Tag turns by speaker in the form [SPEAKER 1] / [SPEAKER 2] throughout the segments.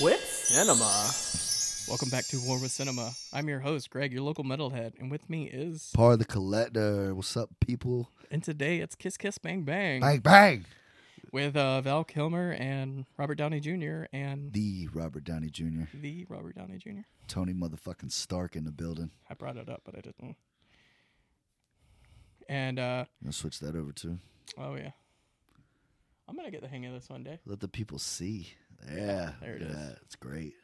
[SPEAKER 1] With cinema.
[SPEAKER 2] Welcome back to War with Cinema. I'm your host, Greg, your local metalhead, and with me is.
[SPEAKER 3] Part of the collector. What's up, people?
[SPEAKER 2] And today it's Kiss Kiss Bang Bang
[SPEAKER 3] Bang bang.
[SPEAKER 2] with uh, Val Kilmer and Robert Downey Jr. and
[SPEAKER 3] The Robert Downey Jr.
[SPEAKER 2] the Robert Downey Jr.
[SPEAKER 3] Tony motherfucking Stark in the building.
[SPEAKER 2] I brought it up, but I didn't. And, uh,
[SPEAKER 3] I'm gonna switch that over too.
[SPEAKER 2] oh yeah. I'm going to get the hang of this one day.
[SPEAKER 3] Let the people see. Yeah,
[SPEAKER 2] there it
[SPEAKER 3] yeah,
[SPEAKER 2] is.
[SPEAKER 3] It's great.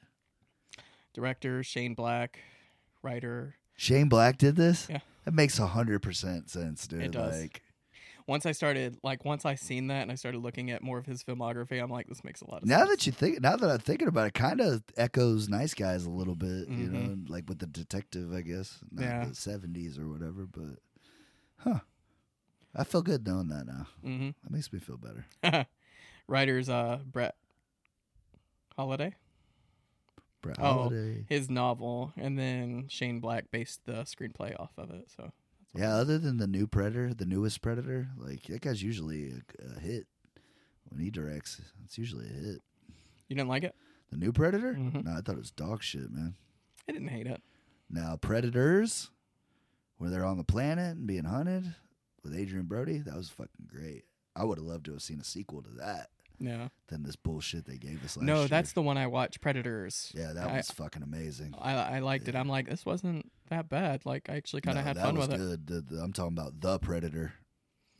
[SPEAKER 2] Director Shane Black, writer.
[SPEAKER 3] Shane Black did this.
[SPEAKER 2] Yeah.
[SPEAKER 3] That makes hundred percent sense, dude.
[SPEAKER 2] It does.
[SPEAKER 3] Like,
[SPEAKER 2] Once I started, like, once I seen that and I started looking at more of his filmography, I'm like, this makes a lot of
[SPEAKER 3] now
[SPEAKER 2] sense.
[SPEAKER 3] that you think, now that I'm thinking about it, kind of echoes Nice Guys a little bit. You
[SPEAKER 2] Mhm.
[SPEAKER 3] know, like with the detective, I guess. Not
[SPEAKER 2] Yeah.
[SPEAKER 3] The seventies or whatever, but huh. I feel good knowing that now.
[SPEAKER 2] hmm
[SPEAKER 3] That makes me feel better.
[SPEAKER 2] writers uh Brett Holiday,
[SPEAKER 3] Brett
[SPEAKER 2] Oh.
[SPEAKER 3] Holiday.
[SPEAKER 2] his novel, and then Shane Black based the screenplay off of it. So that's what-
[SPEAKER 3] Yeah, other than the new Predator, the newest Predator, like that guy's usually a, a hit when he directs. It's usually a hit.
[SPEAKER 2] you didn't like it?
[SPEAKER 3] The new Predator?
[SPEAKER 2] Mhm.
[SPEAKER 3] No, I thought it was dog shit, man.
[SPEAKER 2] I didn't hate it.
[SPEAKER 3] Now Predators, where they're on the planet and being hunted with Adrian Brody, that was fucking great. I would have loved to have seen a sequel to that
[SPEAKER 2] No,
[SPEAKER 3] than this bullshit they gave us last
[SPEAKER 2] no,
[SPEAKER 3] year.
[SPEAKER 2] that's the one I watched. Predators.
[SPEAKER 3] yeah, that
[SPEAKER 2] I-
[SPEAKER 3] was fucking amazing.
[SPEAKER 2] I I liked it. I'm like, this wasn't that bad. Like I actually kind of
[SPEAKER 3] No,
[SPEAKER 2] had
[SPEAKER 3] that
[SPEAKER 2] fun
[SPEAKER 3] was
[SPEAKER 2] with it.
[SPEAKER 3] good. The- the- I'm talking about the Predator.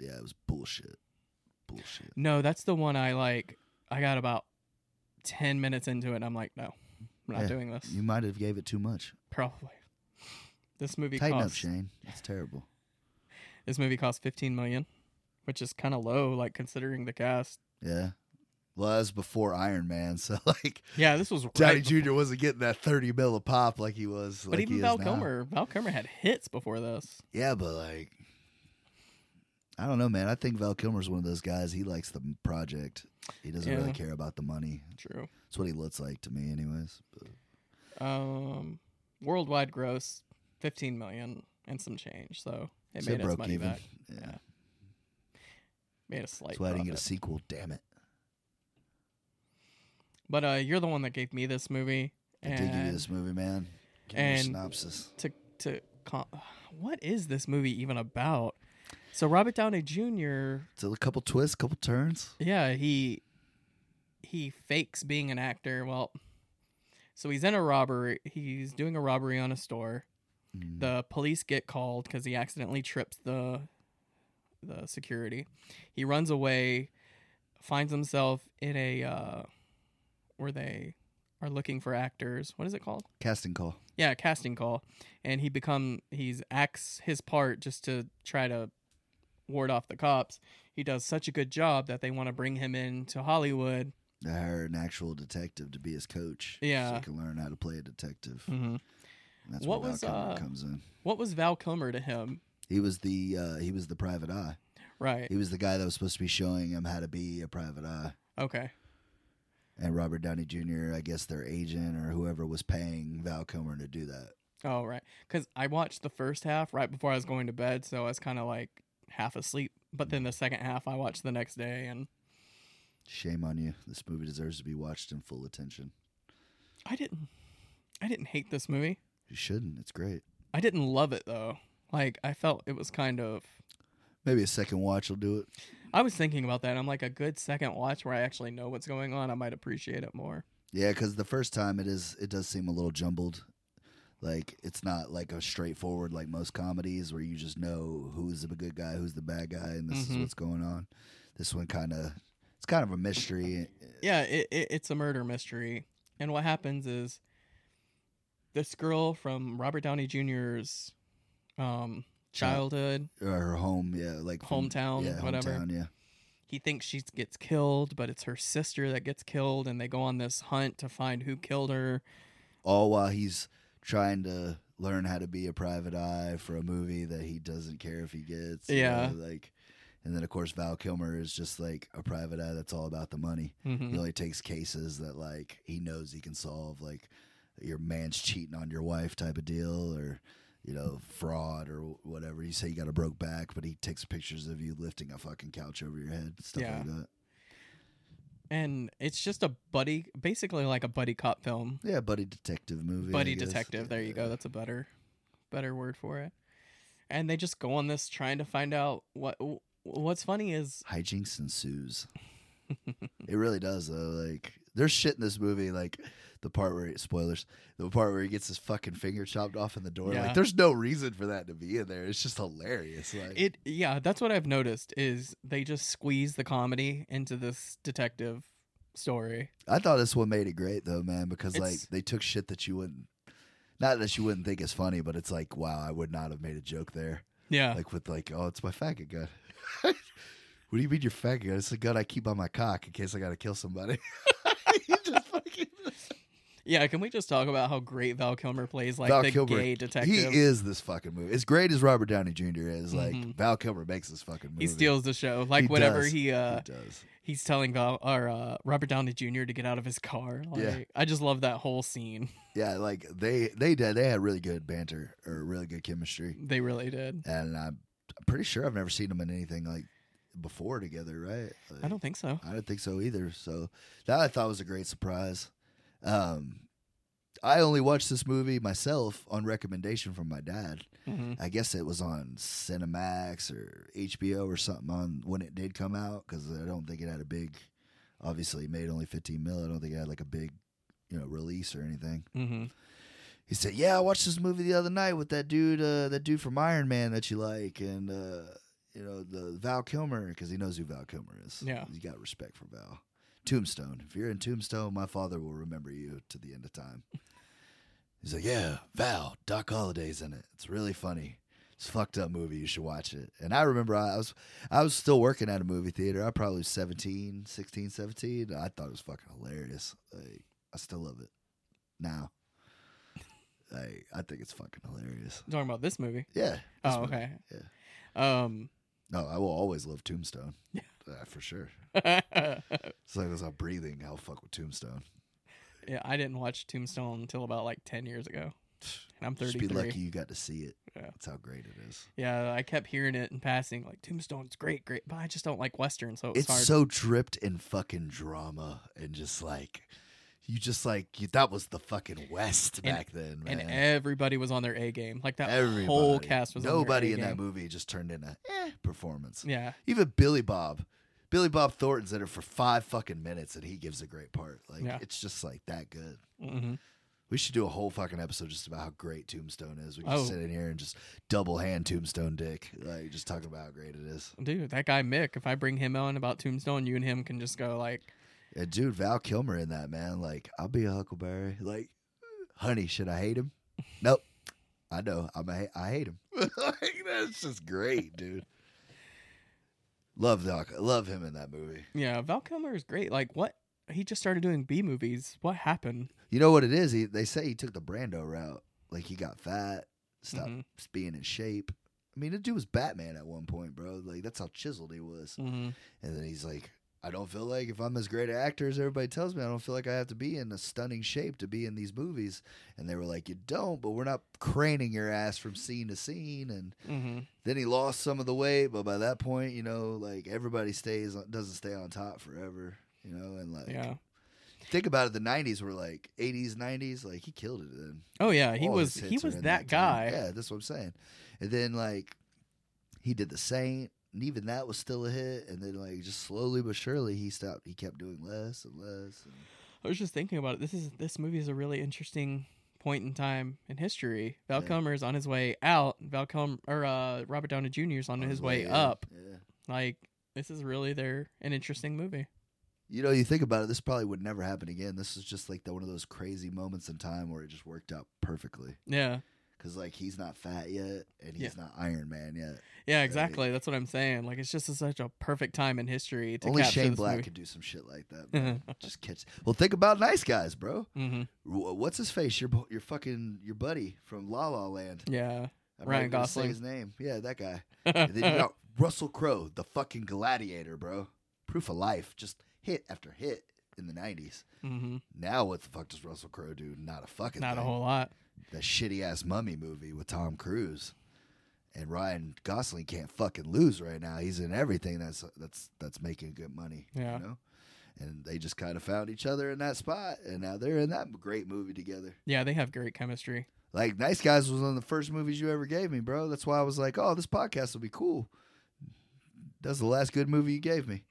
[SPEAKER 3] Yeah, it was bullshit. Bullshit.
[SPEAKER 2] No, that's the one I like. I got about ten minutes into it, and I'm like, no, I'm not
[SPEAKER 3] Yeah,
[SPEAKER 2] doing this.
[SPEAKER 3] You might have gave it too much.
[SPEAKER 2] Probably. This movie
[SPEAKER 3] Tighten up,
[SPEAKER 2] costs
[SPEAKER 3] Shane. That's terrible.
[SPEAKER 2] this movie cost 15 million, which is kind of low, like considering the cast.
[SPEAKER 3] Yeah. Well, that was before Iron Man, so like
[SPEAKER 2] Yeah, this was
[SPEAKER 3] Downey
[SPEAKER 2] right
[SPEAKER 3] Jr. wasn't getting that thirty mil a pop like he was.
[SPEAKER 2] But
[SPEAKER 3] like he
[SPEAKER 2] even
[SPEAKER 3] is
[SPEAKER 2] Val
[SPEAKER 3] now.
[SPEAKER 2] Kilmer, Val Kilmer had hits before this.
[SPEAKER 3] Yeah, but like, I don't know, man. I think Val Kilmer's one of those guys. He likes the project. He doesn't
[SPEAKER 2] Yeah.
[SPEAKER 3] really care about the money.
[SPEAKER 2] True.
[SPEAKER 3] That's what he looks like to me, anyways. But
[SPEAKER 2] Um, worldwide gross, fifteen million and some change. So it
[SPEAKER 3] so
[SPEAKER 2] made its money back.
[SPEAKER 3] Yeah.
[SPEAKER 2] Yeah, Made a slight
[SPEAKER 3] That's why I didn't get a
[SPEAKER 2] profit.
[SPEAKER 3] sequel. Damn it!
[SPEAKER 2] But uh, you're the one that gave me this movie.
[SPEAKER 3] I
[SPEAKER 2] And
[SPEAKER 3] dig into this movie, man. Give me your
[SPEAKER 2] and-
[SPEAKER 3] synopsis.
[SPEAKER 2] To to con- what is this movie even about? So Robert Downey Jr.
[SPEAKER 3] So a couple twists, couple turns.
[SPEAKER 2] Yeah, he he fakes being an actor. Well, so he's in a robbery. He's doing a robbery on a store.
[SPEAKER 3] Mm.
[SPEAKER 2] The police get called because he accidentally trips the the security. He runs away, finds himself in a uh, where they are looking for actors. What is it called?
[SPEAKER 3] Casting call.
[SPEAKER 2] Yeah, a casting call, and he become he's acts his part just to try to ward off the cops. He does such a good job that they want to bring him in to Hollywood.
[SPEAKER 3] I hired an actual detective to be his coach. so
[SPEAKER 2] Yeah.
[SPEAKER 3] he can learn how to play a detective.
[SPEAKER 2] Mm-hmm.
[SPEAKER 3] And that's
[SPEAKER 2] What
[SPEAKER 3] where Val
[SPEAKER 2] was,
[SPEAKER 3] Kilmer
[SPEAKER 2] uh,
[SPEAKER 3] comes in.
[SPEAKER 2] What was Val Kilmer to him?
[SPEAKER 3] He was the uh, he was the private eye.
[SPEAKER 2] Right.
[SPEAKER 3] He was the guy that was supposed to be showing him how to be a private eye.
[SPEAKER 2] Okay.
[SPEAKER 3] And Robert Downey Jr., I guess their agent or whoever was paying Val Kilmer to do that.
[SPEAKER 2] Oh, right. Because I watched the first half right before I was going to bed, so I was kind of like half asleep. But then the second half I watched the next day, and
[SPEAKER 3] Shame on you. This movie deserves to be watched in full attention.
[SPEAKER 2] I didn't. I didn't hate this movie.
[SPEAKER 3] You shouldn't. It's great.
[SPEAKER 2] I didn't love it though. Like I felt it was kind of
[SPEAKER 3] Maybe a second watch will do it.
[SPEAKER 2] I was thinking about that. I'm like a good second watch where I actually know what's going on. I might appreciate it more.
[SPEAKER 3] Yeah, because the first time it is, it does seem a little jumbled. Like it's not like a straightforward like most comedies where you just know who's the good guy, who's the bad guy, and this
[SPEAKER 2] Mhm.
[SPEAKER 3] is what's going on. This one kind of, it's kind of a mystery. uh,
[SPEAKER 2] Yeah, it, it, it's a murder mystery, and what happens is this girl from Robert Downey Jr.'s um, childhood.
[SPEAKER 3] or her home, yeah, like from-
[SPEAKER 2] Hometown,
[SPEAKER 3] yeah,
[SPEAKER 2] whatever.
[SPEAKER 3] hometown, yeah.
[SPEAKER 2] He thinks she gets killed, but it's her sister that gets killed, and they go on this hunt to find who killed her.
[SPEAKER 3] All while he's trying to learn how to be a private eye for a movie that he doesn't care if he gets. you
[SPEAKER 2] Yeah.
[SPEAKER 3] know, like, and then of course Val Kilmer is just like a private eye that's all about the money.
[SPEAKER 2] Mhm.
[SPEAKER 3] He only takes cases that like he knows he can solve, like your man's cheating on your wife type of deal, or you know fraud or whatever. You say you got a broke back, but he takes pictures of you lifting a fucking couch over your head, stuff
[SPEAKER 2] Yeah.
[SPEAKER 3] like that.
[SPEAKER 2] and it's just a buddy, basically like a buddy cop film,
[SPEAKER 3] Yeah, buddy detective movie. I
[SPEAKER 2] buddy
[SPEAKER 3] guess.
[SPEAKER 2] detective. There you
[SPEAKER 3] Yeah.
[SPEAKER 2] go. That's a better, better word for it. And they just go on this trying to find out what. What's funny is
[SPEAKER 3] hijinks ensues. it really does though. Like there's shit in this movie, like the part where spoilers, the part where he gets his fucking finger chopped off in the door.
[SPEAKER 2] Yeah.
[SPEAKER 3] Like there's no reason for that to be in there. It's just hilarious. Like
[SPEAKER 2] it. Yeah, that's what I've noticed is they just squeeze the comedy into this detective story.
[SPEAKER 3] I thought this one made it great though, man, because like
[SPEAKER 2] It's-
[SPEAKER 3] they took shit that you wouldn't not that you wouldn't think is funny, but it's like, wow, I would not have made a joke there.
[SPEAKER 2] Yeah,
[SPEAKER 3] Like with like, oh, it's my faggot gun. what do you mean your faggot gun? It's a gun I keep on my cock in case I gotta kill somebody. You just fucking-
[SPEAKER 2] yeah. Can we just talk about how great Val Kilmer plays like
[SPEAKER 3] Val
[SPEAKER 2] the
[SPEAKER 3] Kilmer,
[SPEAKER 2] gay detective?
[SPEAKER 3] He is this fucking movie. As great as Robert Downey Jr. is, like
[SPEAKER 2] Mhm.
[SPEAKER 3] Val Kilmer makes this fucking movie.
[SPEAKER 2] He steals the show. Like
[SPEAKER 3] He
[SPEAKER 2] whenever
[SPEAKER 3] does.
[SPEAKER 2] he uh
[SPEAKER 3] he does.
[SPEAKER 2] he's telling Val or uh, Robert Downey Jr. to get out of his car. Like,
[SPEAKER 3] Yeah.
[SPEAKER 2] I just love that whole scene.
[SPEAKER 3] Yeah, like they they did. They had really good banter or really good chemistry,
[SPEAKER 2] They really did.
[SPEAKER 3] and I'm, I'm pretty sure I've never seen them in anything like before together. Right?
[SPEAKER 2] I don't think so.
[SPEAKER 3] I didn't think so either. So that I thought was a great surprise. Um, I only watched this movie myself on recommendation from my dad.
[SPEAKER 2] Mhm.
[SPEAKER 3] I guess it was on Cinemax or HBO or something on when it did come out because I don't think it had a big. Obviously, it made only 15 mil. I don't think it had like a big, you know, release or anything.
[SPEAKER 2] Mhm.
[SPEAKER 3] He said, "Yeah, I watched this movie the other night with that dude, uh, that dude from Iron Man that you like, and uh, you know, the Val Kilmer because he knows who Val Kilmer is.
[SPEAKER 2] Yeah.
[SPEAKER 3] you got respect for Val. Tombstone. If you're in Tombstone, my father will remember you to the end of time." He's like, "Yeah, Val. Doc Holliday's in it. It's really funny. It's a fucked up movie. You should watch it." And I remember I, I was I was still working at a movie theater. I probably was 17, 16, 17. I thought it was fucking hilarious. Like, I still love it now. Like, I think it's fucking hilarious.
[SPEAKER 2] Talking about this movie.
[SPEAKER 3] Yeah. this
[SPEAKER 2] Oh,
[SPEAKER 3] movie.
[SPEAKER 2] okay. Um,
[SPEAKER 3] No, I will always love Tombstone.
[SPEAKER 2] Yeah.
[SPEAKER 3] Uh, for sure.
[SPEAKER 2] yeah,
[SPEAKER 3] It's like as I'm breathing, I'll fuck with Tombstone.
[SPEAKER 2] I didn't watch Tombstone until about like ten years ago, and I'm
[SPEAKER 3] Just
[SPEAKER 2] 33.
[SPEAKER 3] be lucky you got to see it.
[SPEAKER 2] Yeah.
[SPEAKER 3] That's how great it is.
[SPEAKER 2] Yeah, I kept hearing it in passing, like Tombstone's great, great, but I just don't like Western, so it was
[SPEAKER 3] It's
[SPEAKER 2] hard.
[SPEAKER 3] so dripped in fucking drama and just like, you just like, you, that was the fucking West
[SPEAKER 2] And-
[SPEAKER 3] back then, man.
[SPEAKER 2] and everybody was on their A game. Like that
[SPEAKER 3] Everybody.
[SPEAKER 2] whole cast was
[SPEAKER 3] Nobody
[SPEAKER 2] on
[SPEAKER 3] in
[SPEAKER 2] their A
[SPEAKER 3] that
[SPEAKER 2] game.
[SPEAKER 3] movie just turned in a eh, performance.
[SPEAKER 2] Yeah,
[SPEAKER 3] Even Billy Bob. Billy Bob Thornton's in it for five fucking minutes and he gives a great part. Like
[SPEAKER 2] Yeah.
[SPEAKER 3] it's just like that good.
[SPEAKER 2] hmm
[SPEAKER 3] We should do a whole fucking episode just about how great Tombstone is. We can just
[SPEAKER 2] Oh.
[SPEAKER 3] sit in here and just double hand Tombstone dick. Like just talking about how great it is.
[SPEAKER 2] dude, that guy Mick. If I bring him on about Tombstone, you and him can just go like,
[SPEAKER 3] And Uh, dude, Val Kilmer in that man, like, I'll be a Huckleberry. Like, honey, should I hate him? Nope. I know. I'm a, ha- I hate him. like, that's just great, dude. Love Doc. Love him in that movie.
[SPEAKER 2] Yeah, Val Kilmer is great. Like what? He just started doing B movies. What happened?
[SPEAKER 3] You know what it is? He, they say he took the Brando route. Like he got fat, stopped
[SPEAKER 2] Mhm.
[SPEAKER 3] being in shape. I mean, the dude was Batman at one point, bro. Like that's how chiseled he was.
[SPEAKER 2] Mhm.
[SPEAKER 3] And then he's like, I don't feel like if I'm as great an actor as everybody tells me, I don't feel like I have to be in a stunning shape to be in these movies. And they were like, You don't, but we're not craning your ass from scene to scene. And
[SPEAKER 2] Mhm.
[SPEAKER 3] then he lost some of the weight, but by that point, you know, like everybody stays doesn't stay on top forever, you know. And like,
[SPEAKER 2] Yeah.
[SPEAKER 3] think about it, the '90s were like '80s, '90s. Like he killed it then.
[SPEAKER 2] Oh yeah, he
[SPEAKER 3] All
[SPEAKER 2] was
[SPEAKER 3] his
[SPEAKER 2] he
[SPEAKER 3] hits are
[SPEAKER 2] was
[SPEAKER 3] in
[SPEAKER 2] that guy.
[SPEAKER 3] time. Yeah, that's what I'm saying. And then like he did the Saint, and even that was still a hit. And then like just slowly but surely he stopped. He kept doing less and less. And
[SPEAKER 2] I was just thinking about it. This is this movie is a really interesting point in time in history. Val
[SPEAKER 3] Yeah.
[SPEAKER 2] Kilmer is on his way out. Val Kilmer or uh, Robert Downey Jr. is on, his, way,
[SPEAKER 3] in.
[SPEAKER 2] up.
[SPEAKER 3] Yeah.
[SPEAKER 2] Like this is really their an interesting movie.
[SPEAKER 3] You know, you think about it. This probably would never happen again. This is just like the, one of those crazy moments in time where it just worked out perfectly.
[SPEAKER 2] Yeah.
[SPEAKER 3] Because like he's not fat yet, and he's not Iron Man yet.
[SPEAKER 2] Yeah, exactly. That's what I'm saying. Like it's just such a perfect time in history to
[SPEAKER 3] Only
[SPEAKER 2] capture
[SPEAKER 3] Shane
[SPEAKER 2] this
[SPEAKER 3] Black
[SPEAKER 2] movie.
[SPEAKER 3] could do some shit like that. Man.
[SPEAKER 2] Mm-hmm.
[SPEAKER 3] just catch. Well, think about Nice Guys, bro.
[SPEAKER 2] Mhm.
[SPEAKER 3] Wh- uh, What's his face? Your bo- your fucking your buddy from La La Land.
[SPEAKER 2] Yeah.
[SPEAKER 3] I'm
[SPEAKER 2] Ryan
[SPEAKER 3] not gonna say
[SPEAKER 2] Gosling.
[SPEAKER 3] his name. Yeah, that guy. And then you got Russell Crowe, the fucking gladiator, bro. Proof of life, just hit after hit in the '90s.
[SPEAKER 2] hmm
[SPEAKER 3] Now what the fuck does Russell Crowe do? Not a fucking
[SPEAKER 2] Not a
[SPEAKER 3] thing.
[SPEAKER 2] whole lot.
[SPEAKER 3] That shitty ass mummy movie with Tom Cruise. And Ryan Gosling can't fucking lose right now. He's in everything that's that's that's making good money.
[SPEAKER 2] Yeah.
[SPEAKER 3] You know? and they just kind of found each other in that spot, and now they're in that great movie together.
[SPEAKER 2] Yeah, they have great chemistry.
[SPEAKER 3] Like Nice Guys was one of the first movies you ever gave me, bro. That's why I was like, oh, this podcast will be cool. That's the last good movie you gave me.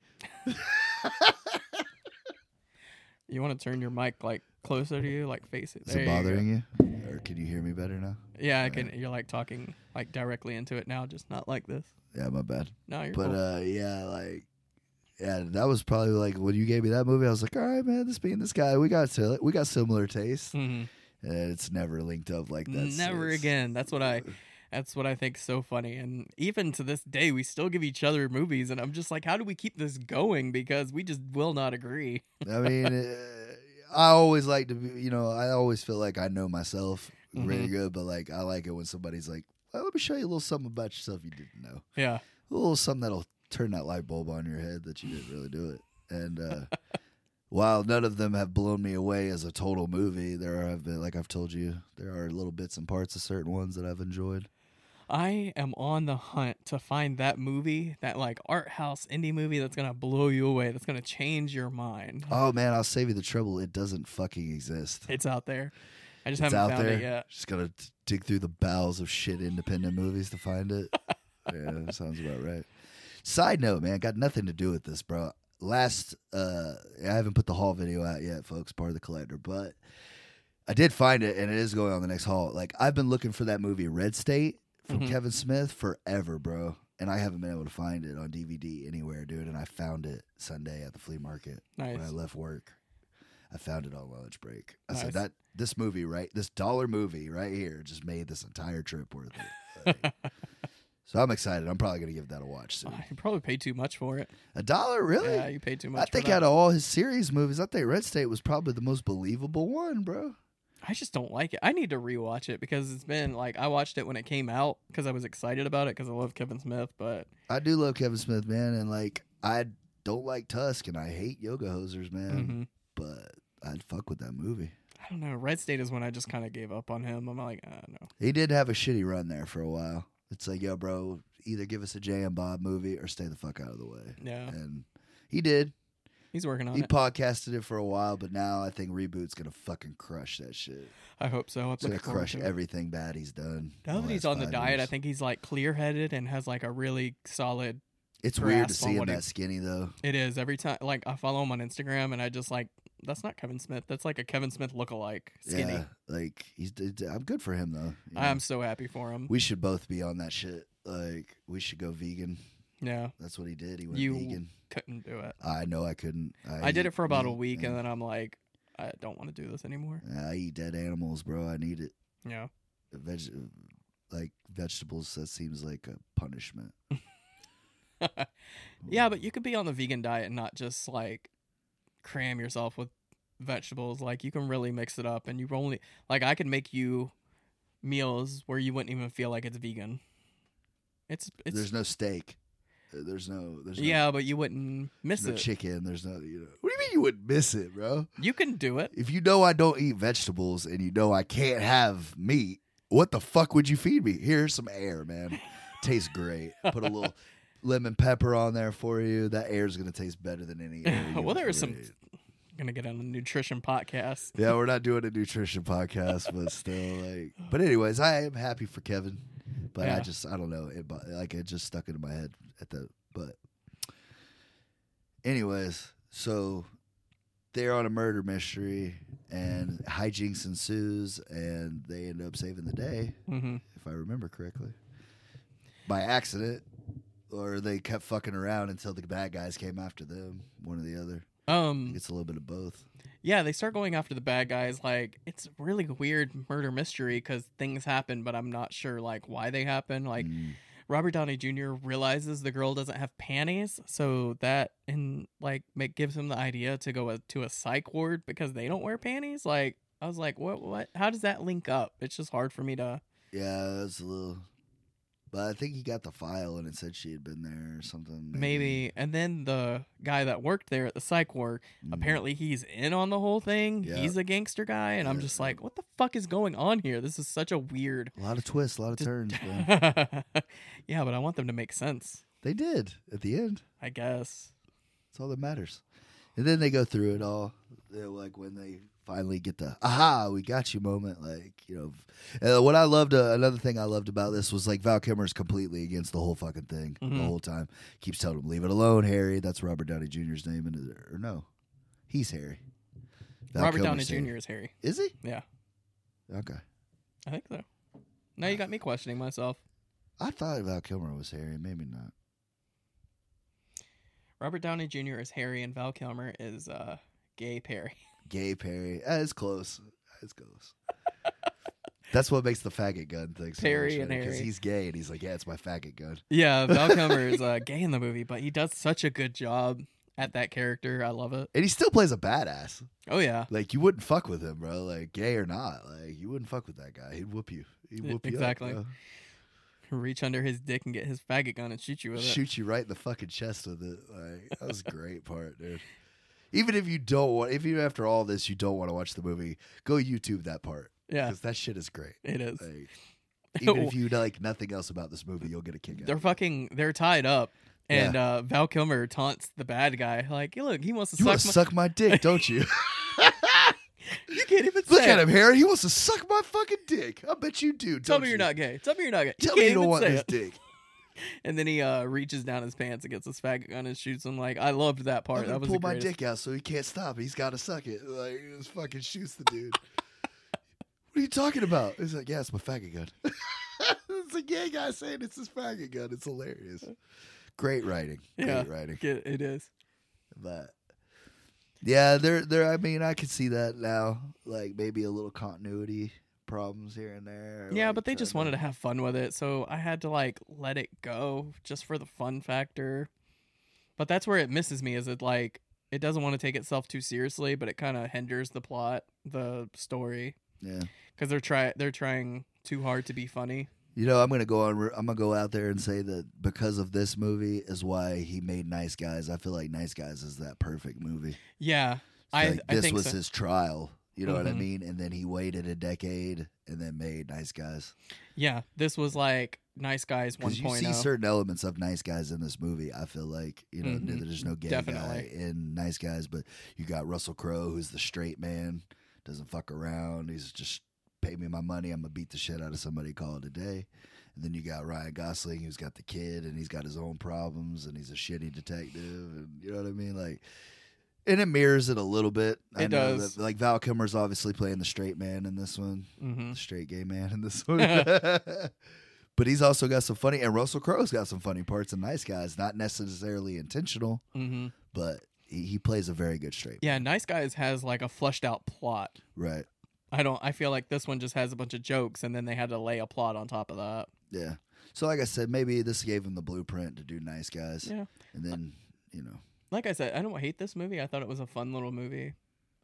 [SPEAKER 2] You want to turn your mic like closer to you, like face it.
[SPEAKER 3] Is
[SPEAKER 2] There
[SPEAKER 3] it
[SPEAKER 2] you go.
[SPEAKER 3] bothering you, or can you hear me better now?
[SPEAKER 2] Yeah, I can. You're like talking like directly into it now, just not like this.
[SPEAKER 3] Yeah, my bad.
[SPEAKER 2] No, you're.
[SPEAKER 3] But
[SPEAKER 2] cool.
[SPEAKER 3] uh, yeah, like, yeah, that was probably like when you gave me that movie. I was like, all right, man, this being this guy, we got si- we got similar tastes,
[SPEAKER 2] Mhm.
[SPEAKER 3] and it's never linked up like that.
[SPEAKER 2] never
[SPEAKER 3] since.
[SPEAKER 2] again. That's what I. That's what I think's so funny. And even to this day, we still give each other movies, and I'm just like, how do we keep this going? Because we just will not agree.
[SPEAKER 3] I mean, uh, I always like to, be, you know, I always feel like I know myself really good, but like I like it when somebody's like, well, let me show you a little something about yourself you didn't know,
[SPEAKER 2] Yeah.
[SPEAKER 3] a little something that'll turn that light bulb on your head that you didn't really do it, and. uh While none of them have blown me away as a total movie, there have been, like I've told you, there are little bits and parts of certain ones that I've enjoyed.
[SPEAKER 2] I am on the hunt to find that movie, that like art house indie movie that's gonna blow you away, that's gonna change your mind.
[SPEAKER 3] Oh man, I'll save you the trouble. It doesn't fucking exist.
[SPEAKER 2] It's out there. I just
[SPEAKER 3] it's
[SPEAKER 2] haven't
[SPEAKER 3] out
[SPEAKER 2] found
[SPEAKER 3] there.
[SPEAKER 2] it yet.
[SPEAKER 3] Just gotta t- dig through the bowels of shit independent movies to find it. yeah, that sounds about right. Side note, man, got nothing to do with this, bro. Last, uh, I haven't put the haul video out yet, folks. Part of the collector, but I did find it, and it is going on the next haul. Like I've been looking for that movie Red State from
[SPEAKER 2] Mhm.
[SPEAKER 3] Kevin Smith forever, bro, and I haven't been able to find it on DVD anywhere, dude. And I found it Sunday at the flea market when I
[SPEAKER 2] Nice.
[SPEAKER 3] left work. I found it on lunch break. I
[SPEAKER 2] Nice.
[SPEAKER 3] said that this movie, right? This dollar movie right here just made this entire trip worth it. Like, so I'm excited. I'm probably gonna give that a watch soon.
[SPEAKER 2] I Ah, probably paid too much for it.
[SPEAKER 3] A dollar, really?
[SPEAKER 2] Yeah, you paid too much.
[SPEAKER 3] I
[SPEAKER 2] for
[SPEAKER 3] think
[SPEAKER 2] that.
[SPEAKER 3] out of all his series movies, I think Red State was probably the most believable one, bro.
[SPEAKER 2] I just don't like it. I need to rewatch it because it's been like I watched it when it came out because I was excited about it because I love Kevin Smith, but
[SPEAKER 3] I do love Kevin Smith, man, and like I don't like Tusk and I hate yoga hosers, man.
[SPEAKER 2] mhm.
[SPEAKER 3] But I'd fuck with that movie.
[SPEAKER 2] I don't know. Red State is when I just kind of gave up on him. I'm like, uh, no.
[SPEAKER 3] He did have a shitty run there for a while. It's like, yo, bro, either give us a J and Bob movie or stay the fuck out of the way.
[SPEAKER 2] Yeah,
[SPEAKER 3] And he did.
[SPEAKER 2] he's working on
[SPEAKER 3] He
[SPEAKER 2] it.
[SPEAKER 3] podcasted it for a while, but now I think reboot's gonna fucking crush that shit.
[SPEAKER 2] I hope so. I'm
[SPEAKER 3] It's gonna
[SPEAKER 2] looking forward
[SPEAKER 3] crush
[SPEAKER 2] to it.
[SPEAKER 3] everything bad he's done. in
[SPEAKER 2] Now
[SPEAKER 3] the
[SPEAKER 2] that he's
[SPEAKER 3] last
[SPEAKER 2] on the
[SPEAKER 3] five
[SPEAKER 2] diet, I
[SPEAKER 3] years.
[SPEAKER 2] think he's like clear headed and has like a really solid.
[SPEAKER 3] it's weird to
[SPEAKER 2] grasp
[SPEAKER 3] see
[SPEAKER 2] on
[SPEAKER 3] him
[SPEAKER 2] what he-
[SPEAKER 3] that skinny though.
[SPEAKER 2] It is every time. Like I follow him on Instagram and I just like that's not Kevin Smith. That's like a Kevin Smith lookalike skinny.
[SPEAKER 3] Yeah, like he's. d- I'm good for him though. you know?
[SPEAKER 2] I'm so happy for him.
[SPEAKER 3] We should both be on that shit. Like we should go vegan.
[SPEAKER 2] yeah,
[SPEAKER 3] That's what he did. He went
[SPEAKER 2] You-
[SPEAKER 3] vegan.
[SPEAKER 2] couldn't do it.
[SPEAKER 3] I know I couldn't.
[SPEAKER 2] I did it for about a
[SPEAKER 3] eat-
[SPEAKER 2] week
[SPEAKER 3] yeah.
[SPEAKER 2] and then I'm like, I don't want to do this anymore.
[SPEAKER 3] I eat dead animals, bro. I need it.
[SPEAKER 2] Yeah.
[SPEAKER 3] Veg- like vegetables, that seems like a punishment.
[SPEAKER 2] Yeah, but you could be on the vegan diet and not just like cram yourself with vegetables. Like you can really mix it up and you only like I could make you meals where you wouldn't even feel like it's vegan. It's it's
[SPEAKER 3] there's no steak. Uh, There's no. There's no,
[SPEAKER 2] yeah, but you wouldn't miss
[SPEAKER 3] There's no
[SPEAKER 2] it.
[SPEAKER 3] chicken. There's no. You know, what do you mean you would miss it, bro?
[SPEAKER 2] you can do it.
[SPEAKER 3] If you know I don't eat vegetables and you know I can't have meat, what the fuck would you feed me? Here's some air, man. Tastes great. Put a little lemon pepper on there for you. That air's gonna taste better than any air. you
[SPEAKER 2] well, there
[SPEAKER 3] ever
[SPEAKER 2] is some
[SPEAKER 3] ate.
[SPEAKER 2] gonna get on a nutrition podcast.
[SPEAKER 3] Yeah, we're not doing a nutrition podcast, but still, like, but anyways, I am happy for Kevin, but I
[SPEAKER 2] Yeah.
[SPEAKER 3] just, I don't know, it, bu- like, it just stuck into my head at the, but, anyways, so they're on a murder mystery and hijinks ensues, and they end up saving the day,
[SPEAKER 2] hmm
[SPEAKER 3] if I remember correctly, by accident, or they kept fucking around until the bad guys came after them, one or the other. I think
[SPEAKER 2] Um,
[SPEAKER 3] it's a little bit of both.
[SPEAKER 2] yeah, they start going after the bad guys. Like it's a really weird murder mystery because things happen, but I'm not sure like why they happen. Like
[SPEAKER 3] Mm.
[SPEAKER 2] Robert Downey Jr. realizes the girl doesn't have panties, so that and like make, gives him the idea to go a, to a psych ward because they don't wear panties. Like I was like, what? What? How does that link up? It's just hard for me to.
[SPEAKER 3] Yeah, that's a little. But I think he got the file and it said she had been there or something.
[SPEAKER 2] Maybe. And then the guy that worked there at the psych ward,
[SPEAKER 3] Mm.
[SPEAKER 2] apparently he's in on the whole thing.
[SPEAKER 3] Yeah.
[SPEAKER 2] He's a gangster guy. And I'm
[SPEAKER 3] Yeah.
[SPEAKER 2] just like, what the fuck is going on here? This is such a weird.
[SPEAKER 3] A lot of twists, a lot of turns. man.
[SPEAKER 2] yeah, but I want them to make sense,
[SPEAKER 3] They did at the end.
[SPEAKER 2] I guess.
[SPEAKER 3] That's all that matters. And then they go through it all. They're like when they finally get the aha, we got you moment. Like you know, uh, what I loved. Uh, another thing I loved about this was like Val Kilmer's completely against the whole fucking thing
[SPEAKER 2] Mhm.
[SPEAKER 3] the whole time. Keeps telling him, "Leave it alone, Harry." That's Robert Downey Jr.'s name, and uh, or no, he's Harry. Val
[SPEAKER 2] Robert Downey
[SPEAKER 3] Kilmer's Harry.
[SPEAKER 2] Jr. is Harry.
[SPEAKER 3] Is he?
[SPEAKER 2] Yeah.
[SPEAKER 3] Okay.
[SPEAKER 2] I think so. Now you got me questioning myself.
[SPEAKER 3] I thought Val Kilmer was Harry. Maybe not.
[SPEAKER 2] Robert Downey Jr. is Harry and Val Kilmer is uh, gay Perry.
[SPEAKER 3] Gay Perry. Eh, it's close. It's close. That's what makes the faggot gun thing. So
[SPEAKER 2] Perry
[SPEAKER 3] much
[SPEAKER 2] and
[SPEAKER 3] Because
[SPEAKER 2] Harry.
[SPEAKER 3] he's gay and he's like, yeah, it's my faggot gun.
[SPEAKER 2] Yeah, Val Kilmer is uh, gay in the movie, but he does such a good job at that character. I love it.
[SPEAKER 3] And he still plays a badass.
[SPEAKER 2] Oh yeah,
[SPEAKER 3] Like you wouldn't fuck with him, bro. Like gay or not, like you wouldn't fuck with that guy. He'd whoop you. He'd
[SPEAKER 2] Yeah,
[SPEAKER 3] whoop you. up,
[SPEAKER 2] exactly.
[SPEAKER 3] bro.
[SPEAKER 2] reach under his dick and get his faggot gun and shoot you with it.
[SPEAKER 3] Shoot you right in the fucking chest with it. Like that was a great part, dude. Even if you don't want, if you after all this you don't want to watch the movie, go YouTube that part
[SPEAKER 2] Yeah,
[SPEAKER 3] because that shit is great.
[SPEAKER 2] it is.
[SPEAKER 3] Like, even if you like nothing else about this movie, you'll get a kick out. of
[SPEAKER 2] they're
[SPEAKER 3] it.
[SPEAKER 2] fucking they're tied up, and uh, Val Kilmer taunts the bad guy like, "Hey, "Look, he wants to
[SPEAKER 3] You want
[SPEAKER 2] suck
[SPEAKER 3] to
[SPEAKER 2] my."
[SPEAKER 3] suck my dick, don't you?
[SPEAKER 2] you can't even
[SPEAKER 3] Look
[SPEAKER 2] say.
[SPEAKER 3] at
[SPEAKER 2] it.
[SPEAKER 3] him, Harry. He wants to suck my fucking dick. I bet you do.
[SPEAKER 2] Tell
[SPEAKER 3] don't
[SPEAKER 2] me
[SPEAKER 3] you?
[SPEAKER 2] you're not gay. Tell me you're not gay.
[SPEAKER 3] Tell
[SPEAKER 2] you
[SPEAKER 3] me
[SPEAKER 2] can't
[SPEAKER 3] you don't
[SPEAKER 2] even
[SPEAKER 3] want
[SPEAKER 2] say
[SPEAKER 3] his
[SPEAKER 2] it.
[SPEAKER 3] dick.
[SPEAKER 2] And then he uh, reaches down his pants and gets his faggot gun and shoots him. Like I loved that part.
[SPEAKER 3] I'm gonna
[SPEAKER 2] That was
[SPEAKER 3] pull
[SPEAKER 2] the
[SPEAKER 3] my
[SPEAKER 2] greatest.
[SPEAKER 3] dick out so he can't stop. He's got to suck it. Like he just fucking shoots the dude. what are you talking about? He's like, yeah, it's my faggot gun. it's a gay guy saying it's his faggot gun. It's hilarious. Great writing.
[SPEAKER 2] Yeah.
[SPEAKER 3] Great writing.
[SPEAKER 2] It- it is.
[SPEAKER 3] But yeah, there, there. I mean, I could see that now. Like maybe a little continuity problems here and there.
[SPEAKER 2] Yeah,
[SPEAKER 3] like,
[SPEAKER 2] but they
[SPEAKER 3] trying
[SPEAKER 2] just wanted to have fun with it, so I had to like let it go just for the fun factor. But that's where it misses me is it like it doesn't want to take itself too seriously, but it kind of hinders the plot, the story,
[SPEAKER 3] Yeah.
[SPEAKER 2] because they're try they're trying too hard to be funny.
[SPEAKER 3] You know, I'm gonna go on. I'm gonna go out there and say that because of this movie is why he made Nice Guys. I feel like Nice Guys is that perfect movie.
[SPEAKER 2] Yeah, I
[SPEAKER 3] Like,
[SPEAKER 2] I
[SPEAKER 3] this
[SPEAKER 2] think
[SPEAKER 3] was
[SPEAKER 2] so.
[SPEAKER 3] his trial. You know what I
[SPEAKER 2] Mhm.
[SPEAKER 3] mean? And then he waited a decade and then made Nice Guys.
[SPEAKER 2] yeah. This was like Nice Guys oh.
[SPEAKER 3] Because you
[SPEAKER 2] 1.0.
[SPEAKER 3] see certain elements of Nice Guys in this movie. I feel like you know
[SPEAKER 2] Mhm.
[SPEAKER 3] there's no gay
[SPEAKER 2] Definitely.
[SPEAKER 3] guy in Nice Guys, but you got Russell Crowe who's the straight man, doesn't fuck around. He's just pay me my money. I'm gonna beat the shit out of somebody. Call it a day. And then you got Ryan Gosling who's got the kid and he's got his own problems and he's a shitty detective and you know what I mean like. And it mirrors it a little bit. I
[SPEAKER 2] It
[SPEAKER 3] know
[SPEAKER 2] does.
[SPEAKER 3] That, like Val Kilmer's obviously playing the straight man in this one
[SPEAKER 2] hmm
[SPEAKER 3] the straight gay man in this one. but he's also got some funny, and Russell Crowe's got some funny parts and nice guys, not necessarily intentional,
[SPEAKER 2] hmm
[SPEAKER 3] but he, he plays a very good straight.
[SPEAKER 2] Yeah, Nice Guys has like a fleshed out plot.
[SPEAKER 3] Right.
[SPEAKER 2] I don't. I feel like this one just has a bunch of jokes, and then they had to lay a plot on top of that.
[SPEAKER 3] Yeah. So, like I said, maybe this gave him the blueprint to do nice guys.
[SPEAKER 2] Yeah.
[SPEAKER 3] And then, you know,
[SPEAKER 2] like I said, I don't hate this movie. I thought it was a fun little movie.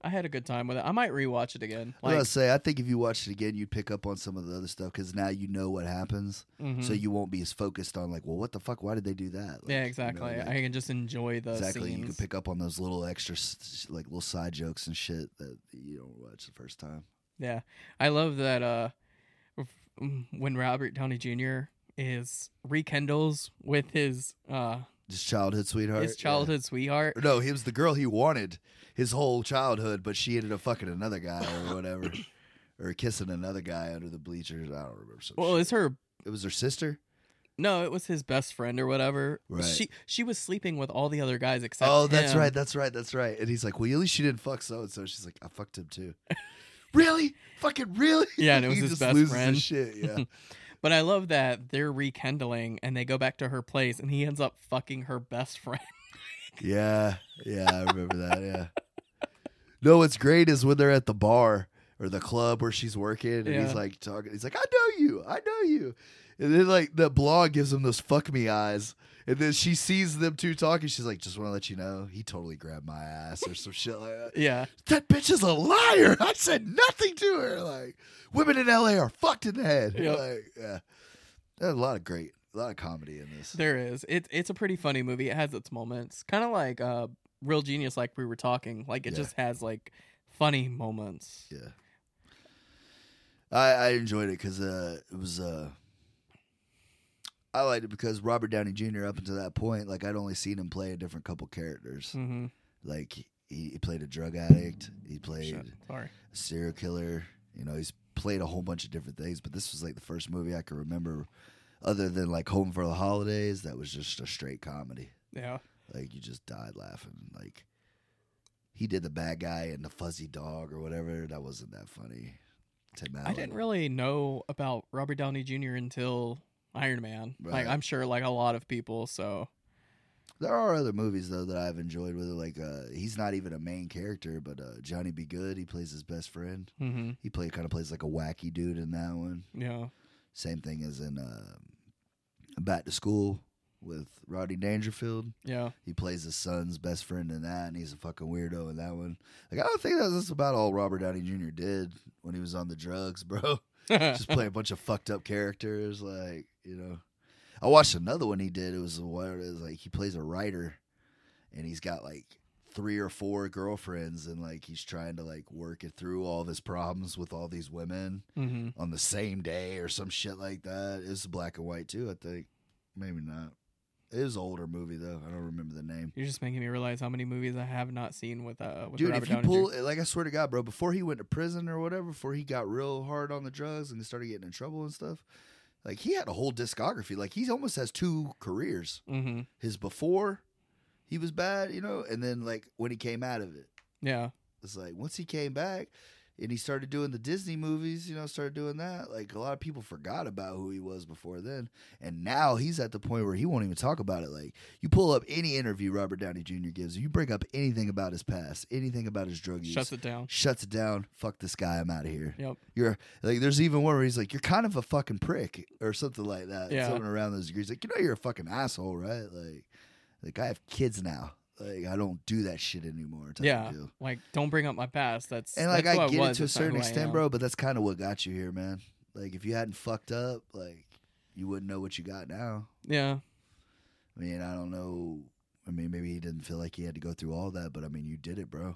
[SPEAKER 2] I had a good time with it. I might rewatch it again.
[SPEAKER 3] I was gonna
[SPEAKER 2] Like,
[SPEAKER 3] say, I think if you watched it again, you'd pick up on some of the other stuff because now you know what happens.
[SPEAKER 2] mhm.
[SPEAKER 3] So you won't be as focused on, like, well, what the fuck? Why did they do that? Like, you
[SPEAKER 2] yeah,
[SPEAKER 3] know,
[SPEAKER 2] exactly.
[SPEAKER 3] like-
[SPEAKER 2] I can just enjoy the
[SPEAKER 3] exactly you can
[SPEAKER 2] scenes.
[SPEAKER 3] pick up on those little extra s- like little side jokes and shit that you don't watch the first time
[SPEAKER 2] yeah, I love that. Uh, f- mm, when Robert Downey Jr. is rekindles with his uh
[SPEAKER 3] just childhood sweetheart
[SPEAKER 2] his
[SPEAKER 3] yeah.
[SPEAKER 2] childhood sweetheart.
[SPEAKER 3] Or no he was the girl he wanted his whole childhood but she ended up fucking another guy or whatever or kissing another guy under the bleachers i don't remember some
[SPEAKER 2] Well,
[SPEAKER 3] shit.
[SPEAKER 2] it's her.
[SPEAKER 3] it was her sister
[SPEAKER 2] No, it was his best friend or whatever.
[SPEAKER 3] Right.
[SPEAKER 2] She she was sleeping with all the other guys except.
[SPEAKER 3] oh that's
[SPEAKER 2] him.
[SPEAKER 3] right that's right that's right and he's like well at least she didn't fuck so and so she's like i fucked him too really fucking really
[SPEAKER 2] Yeah, and it was
[SPEAKER 3] he
[SPEAKER 2] his
[SPEAKER 3] just
[SPEAKER 2] best
[SPEAKER 3] loses
[SPEAKER 2] friend.
[SPEAKER 3] his shit yeah
[SPEAKER 2] But I love that they're rekindling and they go back to her place and he ends up fucking her best friend.
[SPEAKER 3] Yeah, yeah, I remember that. Yeah. No, what's great is when they're at the bar or the club where she's working, and
[SPEAKER 2] Yeah.
[SPEAKER 3] he's like talking. He's like, "I know you, I know you," and then like the blonde gives him those "fuck me" eyes, and then she sees them two talking. She's like, "Just want to let you know, he totally grabbed my ass or some shit like that."
[SPEAKER 2] Yeah.
[SPEAKER 3] That bitch is a liar. I said nothing to her. Like women in L.A. are fucked in the head.
[SPEAKER 2] Yep.
[SPEAKER 3] Like, yeah, there's a lot of great, a lot of comedy in this.
[SPEAKER 2] There is. It, it's a pretty funny movie. It has its moments. Kind of like uh, Real Genius, like we were talking. Like it
[SPEAKER 3] Yeah.
[SPEAKER 2] just has like funny moments.
[SPEAKER 3] Yeah. I I enjoyed it because uh, it was uh, I liked it because Robert Downey Jr. up until that point, like I'd only seen him play a different couple characters.
[SPEAKER 2] hmm
[SPEAKER 3] Like He, he played a drug addict. He played
[SPEAKER 2] Shit. Sorry.
[SPEAKER 3] a serial killer. You know, he's played a whole bunch of different things. But this was like the first movie I can remember, other than like Home for the Holidays, that was just a straight comedy.
[SPEAKER 2] Yeah.
[SPEAKER 3] Like you just died laughing. Like he did the bad guy and the fuzzy dog or whatever. That wasn't that funny. Tim Allen.
[SPEAKER 2] I didn't really know about Robert Downey Jr. until Iron Man.
[SPEAKER 3] Right.
[SPEAKER 2] Like I'm sure like a lot of people. So
[SPEAKER 3] There are other movies though that I've enjoyed with it. Like uh, he's not even a main character, but uh, Johnny B. Good. He plays his best friend.
[SPEAKER 2] mm-hmm.
[SPEAKER 3] He play kind of plays like a wacky dude in that one.
[SPEAKER 2] yeah,
[SPEAKER 3] Same thing as in uh, Back to School with Rodney Dangerfield.
[SPEAKER 2] yeah,
[SPEAKER 3] He plays his son's best friend in that, and he's a fucking weirdo in that one. Like I don't think that's just about all Robert Downey Jr. did when he was on the drugs, bro. just play a bunch of fucked up characters, like you know. I watched another one he did. It was what it was like he plays a writer, and he's got like three or four girlfriends, and like he's trying to like work it through all of his problems with all these women
[SPEAKER 2] mm-hmm.
[SPEAKER 3] on the same day or some shit like that. It was black and white too, I think. Maybe not. It was an older movie though. I don't remember the name.
[SPEAKER 2] You're just making me realize how many movies I have not seen with uh with
[SPEAKER 3] Dude,
[SPEAKER 2] Robert
[SPEAKER 3] if you
[SPEAKER 2] Downey
[SPEAKER 3] pull,
[SPEAKER 2] Jr.
[SPEAKER 3] like I swear to God, bro, before he went to prison or whatever, before he got real hard on the drugs and started getting in trouble and stuff, like he had a whole discography. Like he almost has two careers.
[SPEAKER 2] Mm-hmm.
[SPEAKER 3] His before he was bad, you know, and then like when he came out of it.
[SPEAKER 2] Yeah,
[SPEAKER 3] It's like once he came back and he started doing the Disney movies, you know, started doing that, like a lot of people forgot about who he was before then. And now he's at the point where he won't even talk about it. Like you pull up any interview Robert Downey Jr. gives, you bring up anything about his past, anything about his drug use.
[SPEAKER 2] shuts it down.
[SPEAKER 3] Shuts it down. Fuck this guy. I'm out of here.
[SPEAKER 2] Yep.
[SPEAKER 3] You're like, there's even one where he's like, you're kind of a fucking prick or something like that.
[SPEAKER 2] Yeah.
[SPEAKER 3] Something around those degrees. Like, you know, you're a fucking asshole, right? Like, like I have kids now. Like, I don't do that shit anymore. type of
[SPEAKER 2] Yeah,
[SPEAKER 3] deal.
[SPEAKER 2] like don't bring up my past. That's
[SPEAKER 3] And like
[SPEAKER 2] that's who
[SPEAKER 3] I get
[SPEAKER 2] was.
[SPEAKER 3] it to a
[SPEAKER 2] That's not who
[SPEAKER 3] certain
[SPEAKER 2] I
[SPEAKER 3] extent,
[SPEAKER 2] am.
[SPEAKER 3] bro, but that's kind of what got you here, man. Like if you hadn't fucked up, like you wouldn't know what you got now.
[SPEAKER 2] Yeah,
[SPEAKER 3] I mean, I don't know. I mean, maybe he didn't feel like he had to go through all that, but I mean, you did it, bro.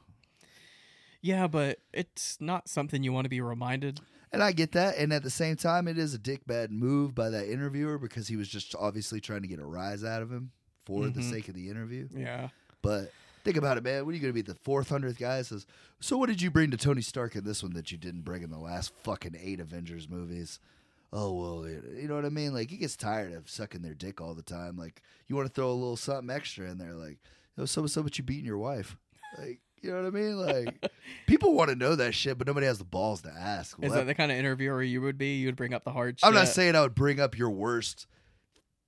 [SPEAKER 2] yeah, but it's not something you want to be reminded.
[SPEAKER 3] And I get that. And at the same time, it is a dick bad move by that interviewer because he was just obviously trying to get a rise out of him for the
[SPEAKER 2] Mhm.
[SPEAKER 3] sake of the interview.
[SPEAKER 2] Yeah,
[SPEAKER 3] But think about it, man. What are you going to be the 400th guy that says, So what did you bring to Tony Stark in this one that you didn't bring in the last fucking eight Avengers movies? Oh, well, you know what I mean? Like, he gets tired of sucking their dick all the time. Like, you want to throw a little something extra in there. Like, you know, so so but you beating your wife. Like, you know what I mean? Like, people want to know that shit, but nobody has the balls to ask.
[SPEAKER 2] is
[SPEAKER 3] Well,
[SPEAKER 2] that the kind of interviewer you would be? You would bring up the hard.
[SPEAKER 3] I'm not
[SPEAKER 2] shit.
[SPEAKER 3] saying I would bring up your worst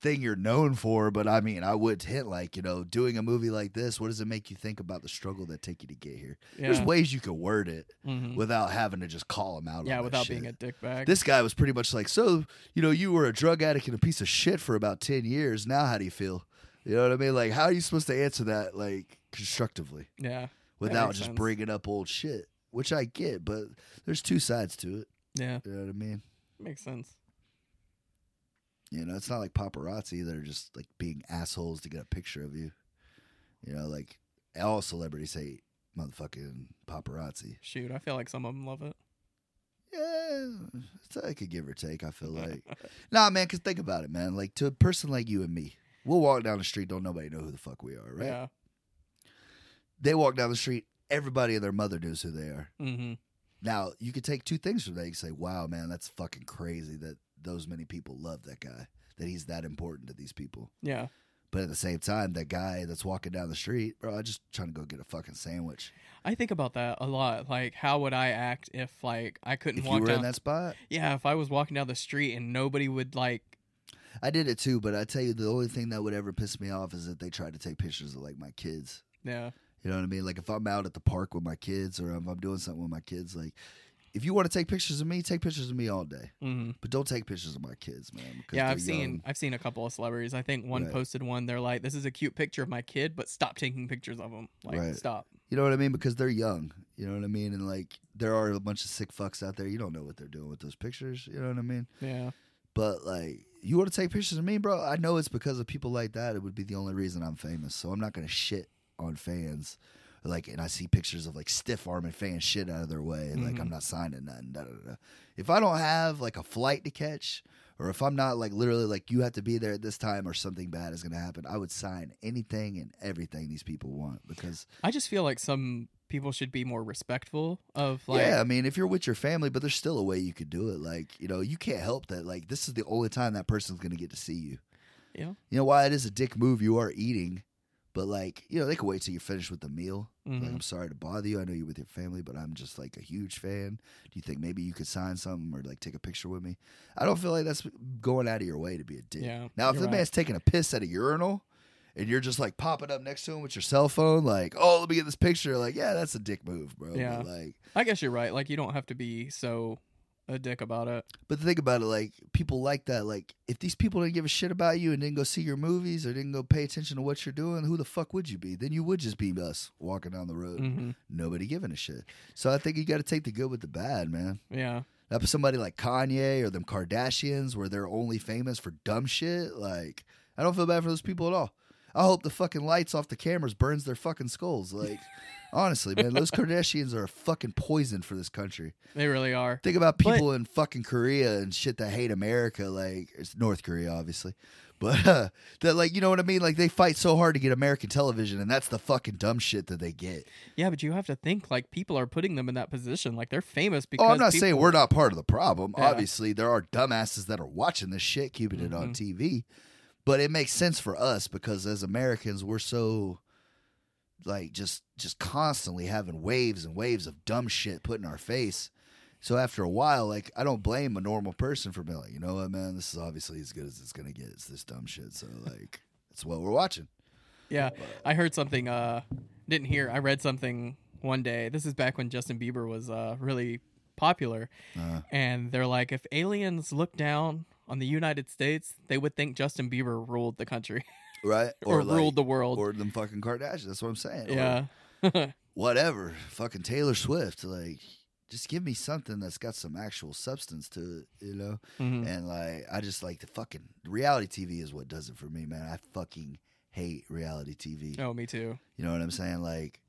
[SPEAKER 3] thing you're known for, but I mean, I would hint like, you know, doing a movie like this, what does it make you think about the struggle that take you to get here? There's
[SPEAKER 2] Yeah.
[SPEAKER 3] ways you could word it
[SPEAKER 2] Mhm.
[SPEAKER 3] without having to just call him out.
[SPEAKER 2] Yeah,
[SPEAKER 3] on that
[SPEAKER 2] without
[SPEAKER 3] shit.
[SPEAKER 2] being a dickbag.
[SPEAKER 3] This guy was pretty much like, so, you know, you were a drug addict and a piece of shit for about 10 years. Now, how do you feel? You know what I mean? Like, how are you supposed to answer that, like, constructively
[SPEAKER 2] yeah,
[SPEAKER 3] without
[SPEAKER 2] makes
[SPEAKER 3] just
[SPEAKER 2] sense.
[SPEAKER 3] bringing up old shit? Which I get, but there's two sides to it.
[SPEAKER 2] yeah,
[SPEAKER 3] You know what I mean?
[SPEAKER 2] makes sense.
[SPEAKER 3] You know, it's not like paparazzi that are just like being assholes to get a picture of you. You know, like all celebrities hate motherfucking paparazzi.
[SPEAKER 2] Shoot, I feel like some of them love it.
[SPEAKER 3] Yeah, it's like a give or take. I feel like, nah, man. Cause think about it, man. Like to a person like you and me, we'll walk down the street, don't nobody know who the fuck we are, right?
[SPEAKER 2] Yeah.
[SPEAKER 3] They walk down the street, everybody and their mother knows who they are.
[SPEAKER 2] Mm-hmm.
[SPEAKER 3] Now you could take two things from that. You could say, "Wow, man, that's fucking crazy that those many people love that guy, that he's that important to these people."
[SPEAKER 2] Yeah.
[SPEAKER 3] But at the same time, that guy that's walking down the street, bro, I just trying to go get a fucking sandwich.
[SPEAKER 2] I think about that a lot. Like, how would I act if like I couldn't
[SPEAKER 3] If you
[SPEAKER 2] walk
[SPEAKER 3] were
[SPEAKER 2] down?
[SPEAKER 3] in that spot,
[SPEAKER 2] Yeah, if I was walking down the street and nobody would like.
[SPEAKER 3] I did it too. But I tell you, the only thing that would ever piss me off is that they try to take pictures of like my kids.
[SPEAKER 2] Yeah.
[SPEAKER 3] You know what I mean? Like if I'm out at the park with my kids, or if I'm doing something with my kids, like if you want to take pictures of me, take pictures of me all day.
[SPEAKER 2] Mm-hmm.
[SPEAKER 3] But don't take pictures of my kids, man. because
[SPEAKER 2] Yeah,
[SPEAKER 3] they're
[SPEAKER 2] I've seen
[SPEAKER 3] young.
[SPEAKER 2] I've seen a couple of celebrities. I think one
[SPEAKER 3] Right.
[SPEAKER 2] posted one. They're like, "This is a cute picture of my kid, but stop taking pictures of him. Like,
[SPEAKER 3] Right.
[SPEAKER 2] stop."
[SPEAKER 3] You know what I mean? Because they're young. You know what I mean? And like there are a bunch of sick fucks out there. You don't know what they're doing with those pictures. You know what I mean?
[SPEAKER 2] Yeah.
[SPEAKER 3] But like, you want to take pictures of me, bro? I know it's because of people like that. It would be the only reason I'm famous. So I'm not gonna shit on fans like, and I see pictures of like stiff arming fans shit out of their way, and like I'm not signing nothing. Da, da, da. da. If I don't have like a flight to catch, or if I'm not like literally like you have to be there at this time, or something bad is gonna happen, I would sign anything and everything these people want because
[SPEAKER 2] I just feel like some people should be more respectful of like
[SPEAKER 3] yeah, I mean, if you're with your family, but there's still a way you could do it. Like, you know, you can't help that. Like, this is the only time that person's going to get to see you.
[SPEAKER 2] you know.
[SPEAKER 3] You know, while it is a dick move, you are eating, but like, you know, they can wait till you're finished with the meal. Like,
[SPEAKER 2] Mhm.
[SPEAKER 3] I'm sorry to bother you. I know you're with your family, but I'm just like a huge fan. Do you think maybe you could sign something or like take a picture with me? I don't feel like that's going out of your way to be a dick.
[SPEAKER 2] Yeah,
[SPEAKER 3] now, if
[SPEAKER 2] you're
[SPEAKER 3] the
[SPEAKER 2] right.
[SPEAKER 3] man's taking a piss at a urinal, and you're just like popping up next to him with your cell phone, like, oh, let me get this picture. Like, yeah, that's a dick move, bro. But,
[SPEAKER 2] Yeah.
[SPEAKER 3] like,
[SPEAKER 2] I guess you're right. Like you don't have to be so a dick about it.
[SPEAKER 3] But think about it, like people like that. Like if these people didn't give a shit about you and didn't go see your movies or didn't go pay attention to what you're doing, who the fuck would you be? Then you would just be us walking down the road,
[SPEAKER 2] hmm
[SPEAKER 3] nobody giving a shit. So I think you got to take the good with the bad, man.
[SPEAKER 2] Yeah.
[SPEAKER 3] Up somebody like Kanye or them Kardashians, where they're only famous for dumb shit. Like I don't feel bad for those people at all. I hope the fucking lights off the cameras burns their fucking skulls. Like honestly, man, those Kardashians are a fucking poison for this country.
[SPEAKER 2] They really are.
[SPEAKER 3] Think about
[SPEAKER 2] But-
[SPEAKER 3] people in fucking Korea and shit that hate America, like it's North Korea, obviously, but uh, that like you know what I mean. Like they fight so hard to get American television, and that's the fucking dumb shit that they get.
[SPEAKER 2] Yeah, but you have to think like people are putting them in that position. Like they're famous because
[SPEAKER 3] Oh, I'm not
[SPEAKER 2] people-
[SPEAKER 3] saying we're not part of the problem.
[SPEAKER 2] Yeah.
[SPEAKER 3] Obviously, there are dumbasses that are watching this shit, keeping it
[SPEAKER 2] Mm-hmm.
[SPEAKER 3] on TV, but it makes sense for us because as Americans, we're so like just just constantly having waves and waves of dumb shit put in our face. So after a while, like I don't blame a normal person for being like, you know what, man, this is obviously as good as it's gonna get. It's this dumb shit. So like, it's what we're watching.
[SPEAKER 2] Yeah, I heard something. Uh, didn't hear. I read something one day. This is back when Justin Bieber was uh really popular,
[SPEAKER 3] Uh,
[SPEAKER 2] and they're like, if aliens looked down on the United States, they would think Justin Bieber ruled the country
[SPEAKER 3] right?
[SPEAKER 2] or,
[SPEAKER 3] like-
[SPEAKER 2] ruled the world.
[SPEAKER 3] or them fucking Kardashians. That's what I'm saying. Or
[SPEAKER 2] yeah,
[SPEAKER 3] whatever, fucking Taylor Swift, like just give me something that's got some actual substance to it, you know?
[SPEAKER 2] Mhm.
[SPEAKER 3] And like I just like the fucking reality TV is what does it for me, man. I fucking hate reality TV.
[SPEAKER 2] oh, me too.
[SPEAKER 3] You know what I'm saying? Like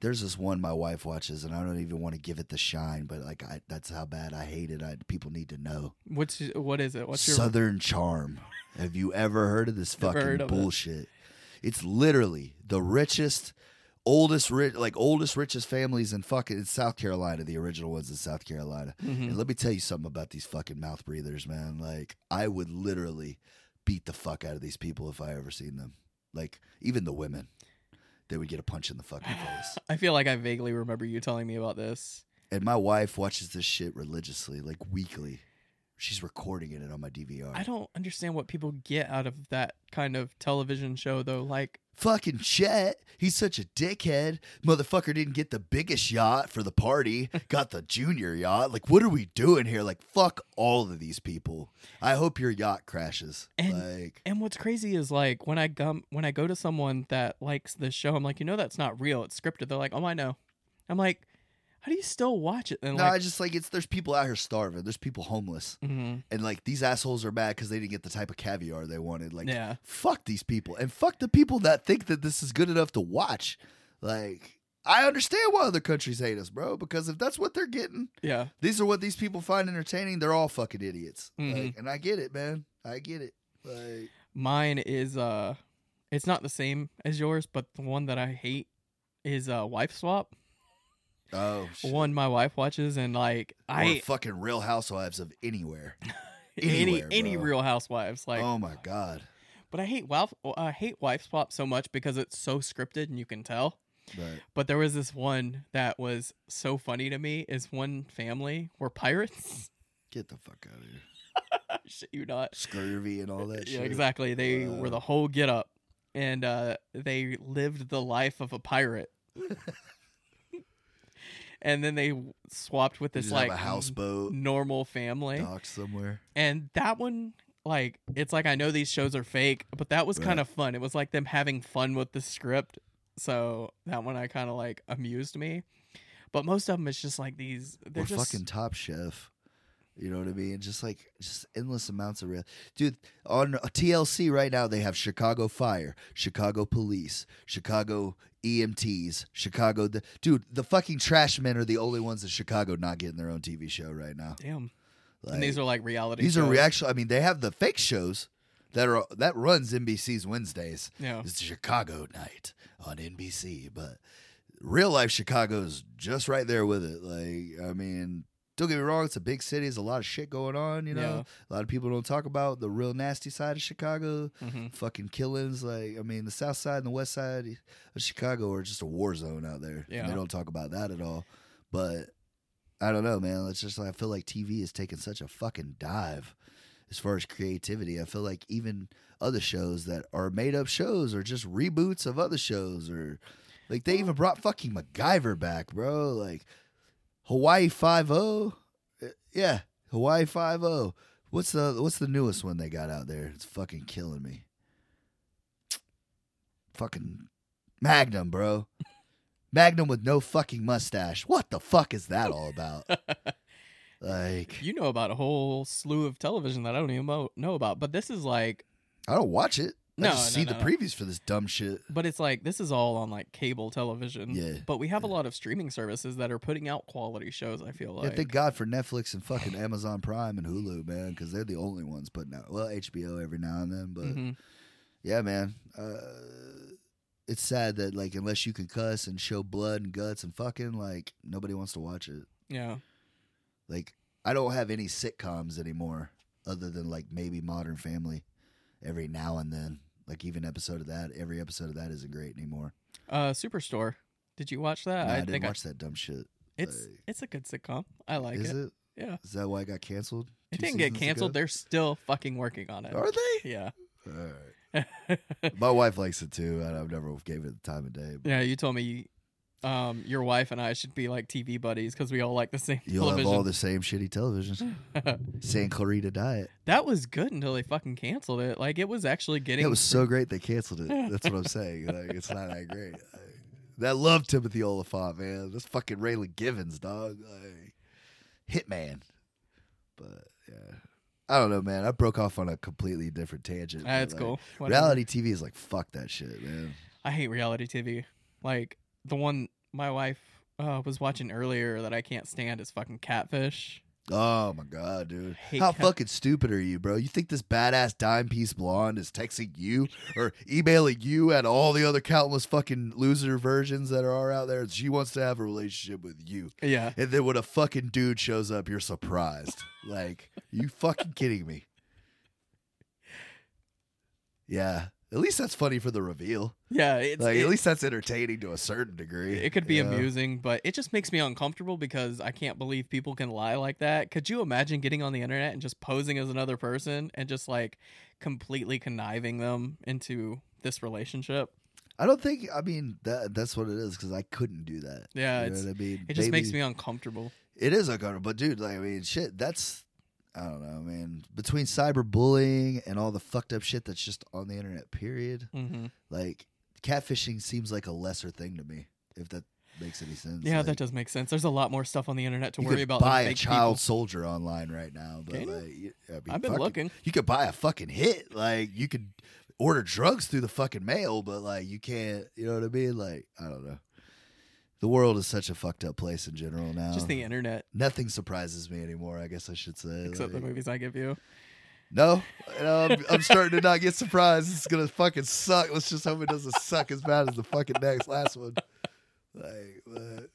[SPEAKER 3] there's this one my wife watches and I don't even want to give it the shine, but like I, that's how bad I hate it. I people need to know.
[SPEAKER 2] What's what is it? What's your
[SPEAKER 3] Southern Charm. Have you ever heard of this
[SPEAKER 2] Never heard
[SPEAKER 3] fucking
[SPEAKER 2] of it.
[SPEAKER 3] bullshit? It's literally the richest, oldest rich, like oldest richest families in fucking in South Carolina. The original ones in South Carolina.
[SPEAKER 2] Mhm.
[SPEAKER 3] And let me tell you something about these fucking mouth breathers, man. Like I would literally beat the fuck out of these people if I ever seen them. Like even the women, they would get a punch in the fucking face.
[SPEAKER 2] I feel like I vaguely remember you telling me about this.
[SPEAKER 3] And my wife watches this shit religiously, like weekly. She's recording it on my DVR.
[SPEAKER 2] I don't understand what people get out of that kind of television show though. Like,
[SPEAKER 3] Fucking Chet, he's such a dickhead. Motherfucker didn't get the biggest yacht for the party, got the junior yacht. Like, what are we doing here? Like, fuck all of these people. I hope your yacht crashes.
[SPEAKER 2] And-
[SPEAKER 3] like,
[SPEAKER 2] and what's crazy is like when I gum when I go to someone that likes this show, I'm like, you know, that's not real. It's scripted. They're like, oh, I know. I'm like, how do you still watch it? And
[SPEAKER 3] no, I
[SPEAKER 2] like,
[SPEAKER 3] just like it's there's people out here starving, there's people homeless,
[SPEAKER 2] mhm.
[SPEAKER 3] and like these assholes are mad because they didn't get the type of caviar they wanted. Like,
[SPEAKER 2] yeah,
[SPEAKER 3] fuck these people and fuck the people that think that this is good enough to watch. Like, I understand why other countries hate us, bro, because if that's what they're getting.
[SPEAKER 2] yeah.
[SPEAKER 3] these are what these people find entertaining. They're all fucking idiots.
[SPEAKER 2] Mhm.
[SPEAKER 3] Like, and I get it, man. I get it. Like,
[SPEAKER 2] Mine is uh, it's not the same as yours, but the one that I hate is uh, wife swap.
[SPEAKER 3] oh, shit.
[SPEAKER 2] One my wife watches, and like
[SPEAKER 3] We're
[SPEAKER 2] I
[SPEAKER 3] fucking Real Housewives of anywhere.
[SPEAKER 2] any
[SPEAKER 3] anywhere,
[SPEAKER 2] any
[SPEAKER 3] bro.
[SPEAKER 2] Real Housewives like.
[SPEAKER 3] oh my god,
[SPEAKER 2] But I hate wife, I hate wife swap so much because it's so scripted and you can tell.
[SPEAKER 3] right.
[SPEAKER 2] But there was this one that was so funny to me. Is one family were pirates?
[SPEAKER 3] get the fuck out of here.
[SPEAKER 2] Shit, you not?
[SPEAKER 3] Scurvy and all that.
[SPEAKER 2] Yeah,
[SPEAKER 3] shit.
[SPEAKER 2] exactly. They were
[SPEAKER 3] Wow.
[SPEAKER 2] the whole get up, and uh, they lived the life of a pirate. and then they w- swapped with
[SPEAKER 3] You
[SPEAKER 2] this
[SPEAKER 3] just
[SPEAKER 2] like
[SPEAKER 3] have a houseboat
[SPEAKER 2] n- normal family,
[SPEAKER 3] dock somewhere.
[SPEAKER 2] and that one. Like it's like I know these shows are fake, but that was
[SPEAKER 3] Right.
[SPEAKER 2] kind of fun. It was like them having fun with the script, so that one I kind of like amused me. But most of them, it's just like these. They're
[SPEAKER 3] Or
[SPEAKER 2] just
[SPEAKER 3] fucking Top Chef. You know what I mean? Just like just endless amounts of real dude on TLC right now. They have Chicago Fire, Chicago Police, Chicago EMTs, Chicago. The, dude, the fucking trash men are the only ones in Chicago not getting their own TV show right now.
[SPEAKER 2] Damn.
[SPEAKER 3] Like,
[SPEAKER 2] and these are like reality.
[SPEAKER 3] these are
[SPEAKER 2] shows.
[SPEAKER 3] reaction. I mean, they have the fake shows that are that runs NBC's Wednesdays.
[SPEAKER 2] Yeah.
[SPEAKER 3] It's Chicago night on NBC, but real life Chicago's just right there with it. Like, I mean, don't get me wrong, it's a big city, there's a lot of shit going on, you know. A lot of people don't talk about the real nasty side of Chicago.
[SPEAKER 2] Mhm.
[SPEAKER 3] Fucking killings, like I mean, the South Side and the West Side of Chicago are just a war zone out there. and
[SPEAKER 2] Yeah.
[SPEAKER 3] they don't talk about that at all. But I don't know, man. It's just like I feel like TV is taking such a fucking dive as far as creativity. I feel like even other shows that are made up shows or just reboots of other shows or like they even brought fucking MacGyver back, bro. Like Hawaii Five O, yeah, Hawaii Five O. What's the what's the newest one they got out there? It's fucking killing me. Fucking Magnum, bro. Magnum with no fucking mustache. What the fuck is that all about? like,
[SPEAKER 2] You know about a whole slew of television that I don't even mo- know about, but this is like,
[SPEAKER 3] I don't watch it. I
[SPEAKER 2] No,
[SPEAKER 3] just
[SPEAKER 2] no,
[SPEAKER 3] see
[SPEAKER 2] no,
[SPEAKER 3] the
[SPEAKER 2] no.
[SPEAKER 3] previews for this dumb shit.
[SPEAKER 2] but it's like this is all on like cable television.
[SPEAKER 3] Yeah.
[SPEAKER 2] But we have a lot of streaming services that are putting out quality shows. I feel like.
[SPEAKER 3] yeah, thank God for Netflix and fucking Amazon Prime and Hulu, man, because they're the only ones putting out. Well, HBO every now and then, but
[SPEAKER 2] Mhm.
[SPEAKER 3] yeah, man. Uh, it's sad that like unless you can cuss and show blood and guts and fucking, like nobody wants to watch it.
[SPEAKER 2] Yeah.
[SPEAKER 3] Like I don't have any sitcoms anymore, other than like maybe Modern Family, every now and then. Like even episode of that, every episode of that isn't great anymore.
[SPEAKER 2] Uh, Superstore. Did you watch that?
[SPEAKER 3] Nah, I,
[SPEAKER 2] I
[SPEAKER 3] didn't
[SPEAKER 2] think
[SPEAKER 3] watch that dumb shit.
[SPEAKER 2] I, it's
[SPEAKER 3] like-
[SPEAKER 2] it's a good sitcom. I like
[SPEAKER 3] Is
[SPEAKER 2] it.
[SPEAKER 3] it?
[SPEAKER 2] Yeah.
[SPEAKER 3] Is that why it got canceled?
[SPEAKER 2] It
[SPEAKER 3] two
[SPEAKER 2] didn't get
[SPEAKER 3] seasons ago?
[SPEAKER 2] canceled. They're still fucking working on it.
[SPEAKER 3] Are they?
[SPEAKER 2] Yeah.
[SPEAKER 3] All right. My wife likes it too, and I've never gave it the time of day. But
[SPEAKER 2] Yeah. You told me, um, your wife and I should be like TV buddies because we all like the same
[SPEAKER 3] You'll
[SPEAKER 2] television.
[SPEAKER 3] have all the same shitty television. San Clarita Diet.
[SPEAKER 2] that was good until they fucking canceled it. Like it was actually getting.
[SPEAKER 3] It was so great they canceled it. That's what I'm saying. Like, it's not that great. Like, I love Timothy Oliphant, man. That's fucking Raylan Givens, dog. Like, Hitman. But yeah, I don't know, man. I broke off on a completely different tangent. but,
[SPEAKER 2] That's
[SPEAKER 3] like,
[SPEAKER 2] cool. Whatever.
[SPEAKER 3] Reality TV is like fuck that shit, man.
[SPEAKER 2] I hate reality TV. Like the one my wife uh, was watching earlier that I can't stand is fucking Catfish.
[SPEAKER 3] Oh my god, dude.
[SPEAKER 2] hate
[SPEAKER 3] How
[SPEAKER 2] cat-
[SPEAKER 3] fucking stupid are you, bro? You think this badass dime piece blonde is texting you or emailing you and all the other countless fucking loser versions that are out there? She wants to have a relationship with you.
[SPEAKER 2] Yeah.
[SPEAKER 3] And then when a fucking dude shows up, you're surprised. like, you fucking kidding me? Yeah. At least that's funny for the reveal.
[SPEAKER 2] Yeah. It's,
[SPEAKER 3] like,
[SPEAKER 2] it-
[SPEAKER 3] at least that's entertaining to a certain degree.
[SPEAKER 2] It could be
[SPEAKER 3] you know?
[SPEAKER 2] amusing, but it just makes me uncomfortable because I can't believe people can lie like that. Could you imagine getting on the internet and just posing as another person and just like completely conniving them into this relationship?
[SPEAKER 3] I don't think. I mean, that that's what it is because I couldn't do that.
[SPEAKER 2] Yeah,
[SPEAKER 3] you know
[SPEAKER 2] it's,
[SPEAKER 3] what I mean.
[SPEAKER 2] it just makes
[SPEAKER 3] Maybe-
[SPEAKER 2] me uncomfortable.
[SPEAKER 3] It is uncomfortable, but dude, like I mean, shit. That's I don't know, man. Between cyberbullying and all the fucked up shit that's just on the internet, period.
[SPEAKER 2] hmm
[SPEAKER 3] Like catfishing seems like a lesser thing to me. If that makes any sense.
[SPEAKER 2] Yeah,
[SPEAKER 3] like,
[SPEAKER 2] that does make sense. There's a lot more stuff on the internet to
[SPEAKER 3] you
[SPEAKER 2] worry
[SPEAKER 3] could
[SPEAKER 2] about. than
[SPEAKER 3] buy a
[SPEAKER 2] fake
[SPEAKER 3] child
[SPEAKER 2] people.
[SPEAKER 3] soldier online right now, but
[SPEAKER 2] Can you?
[SPEAKER 3] like, you- I mean,
[SPEAKER 2] I've been
[SPEAKER 3] fuck,
[SPEAKER 2] looking.
[SPEAKER 3] You could buy a fucking hit. Like you could order drugs through the fucking mail, but like you can't. You know what I mean? Like I don't know. The world is such a fucked up place in general now.
[SPEAKER 2] Just the internet,
[SPEAKER 3] Nothing surprises me anymore. I guess I should say.
[SPEAKER 2] except the
[SPEAKER 3] Like,
[SPEAKER 2] movies I give you.
[SPEAKER 3] no, no, I'm, I'm starting to not get surprised. It's gonna fucking suck. Let's just hope it doesn't suck as bad as the fucking next last one. Like, but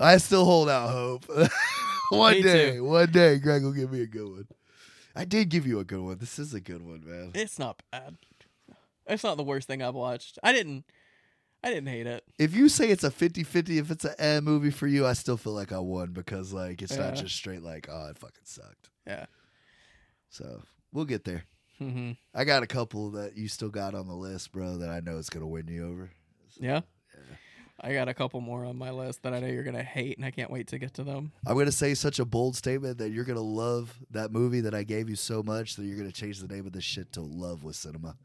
[SPEAKER 3] I still hold out hope. one
[SPEAKER 2] Me
[SPEAKER 3] day, one day, Greg will give me a good one. I did give you a good one. This is a good one, man.
[SPEAKER 2] It's not bad. It's not the worst thing I've watched. I didn't, I didn't hate it.
[SPEAKER 3] If you say it's a 50-50, if it's an eh movie for you, I still feel like I won because like it's not
[SPEAKER 2] Yeah.
[SPEAKER 3] just straight like, oh, it fucking sucked.
[SPEAKER 2] Yeah.
[SPEAKER 3] So we'll get there.
[SPEAKER 2] hmm
[SPEAKER 3] I got a couple that you still got on the list, bro, that I know is gonna win you over.
[SPEAKER 2] Yeah. I got a couple more on my list that I know you're gonna hate, and I can't wait to get to them.
[SPEAKER 3] I'm gonna say such a bold statement that you're gonna love that movie that I gave you so much that you're gonna change the name of this shit to Love with Cinema.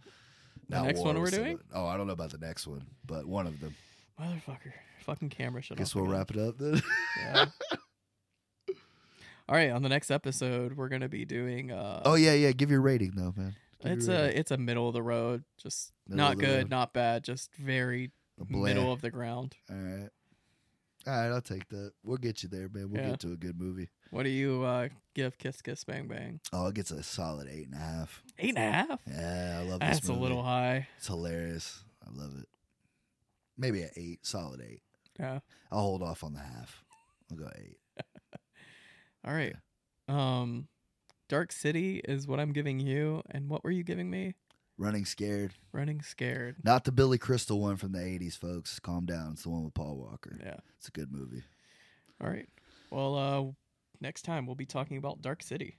[SPEAKER 2] The
[SPEAKER 3] Not
[SPEAKER 2] next
[SPEAKER 3] War
[SPEAKER 2] one
[SPEAKER 3] with
[SPEAKER 2] we're
[SPEAKER 3] Cinema.
[SPEAKER 2] doing?
[SPEAKER 3] Oh, I don't know about the next one, but one of them.
[SPEAKER 2] Motherfucker, fucking camera shut
[SPEAKER 3] Guess
[SPEAKER 2] off
[SPEAKER 3] we'll
[SPEAKER 2] again.
[SPEAKER 3] wrap it up then.
[SPEAKER 2] Yeah. All right, on the next episode, we're gonna be doing. Uh,
[SPEAKER 3] Oh yeah, yeah. Give your rating though, man. Give
[SPEAKER 2] it's uh,
[SPEAKER 3] your
[SPEAKER 2] a
[SPEAKER 3] rating.
[SPEAKER 2] it's a middle of the road, just
[SPEAKER 3] Middle of
[SPEAKER 2] not
[SPEAKER 3] the
[SPEAKER 2] good,
[SPEAKER 3] road.
[SPEAKER 2] not bad, just very
[SPEAKER 3] A bleh.
[SPEAKER 2] middle of the ground.
[SPEAKER 3] All right. All right, I'll take that. We'll get you there, man. We'll
[SPEAKER 2] Yeah.
[SPEAKER 3] get to a good movie.
[SPEAKER 2] What do you uh, give Kiss Kiss Bang Bang?
[SPEAKER 3] Oh, it gets a solid eight and a half.
[SPEAKER 2] Eight and a half.
[SPEAKER 3] Yeah, I love this
[SPEAKER 2] That's a
[SPEAKER 3] movie.
[SPEAKER 2] little high.
[SPEAKER 3] It's hilarious. I love it. Maybe an eight, solid eight.
[SPEAKER 2] Yeah.
[SPEAKER 3] I'll hold off on the half. I'll go eight.
[SPEAKER 2] All right. Um, Dark City is what I'm giving you, and what were you giving me?
[SPEAKER 3] Running scared.
[SPEAKER 2] Running Scared.
[SPEAKER 3] Not the Billy Crystal one from the '80s, folks. Calm down. It's the one with Paul Walker.
[SPEAKER 2] Yeah.
[SPEAKER 3] It's a good movie.
[SPEAKER 2] All right. Well, uh, next time we'll be talking about Dark City.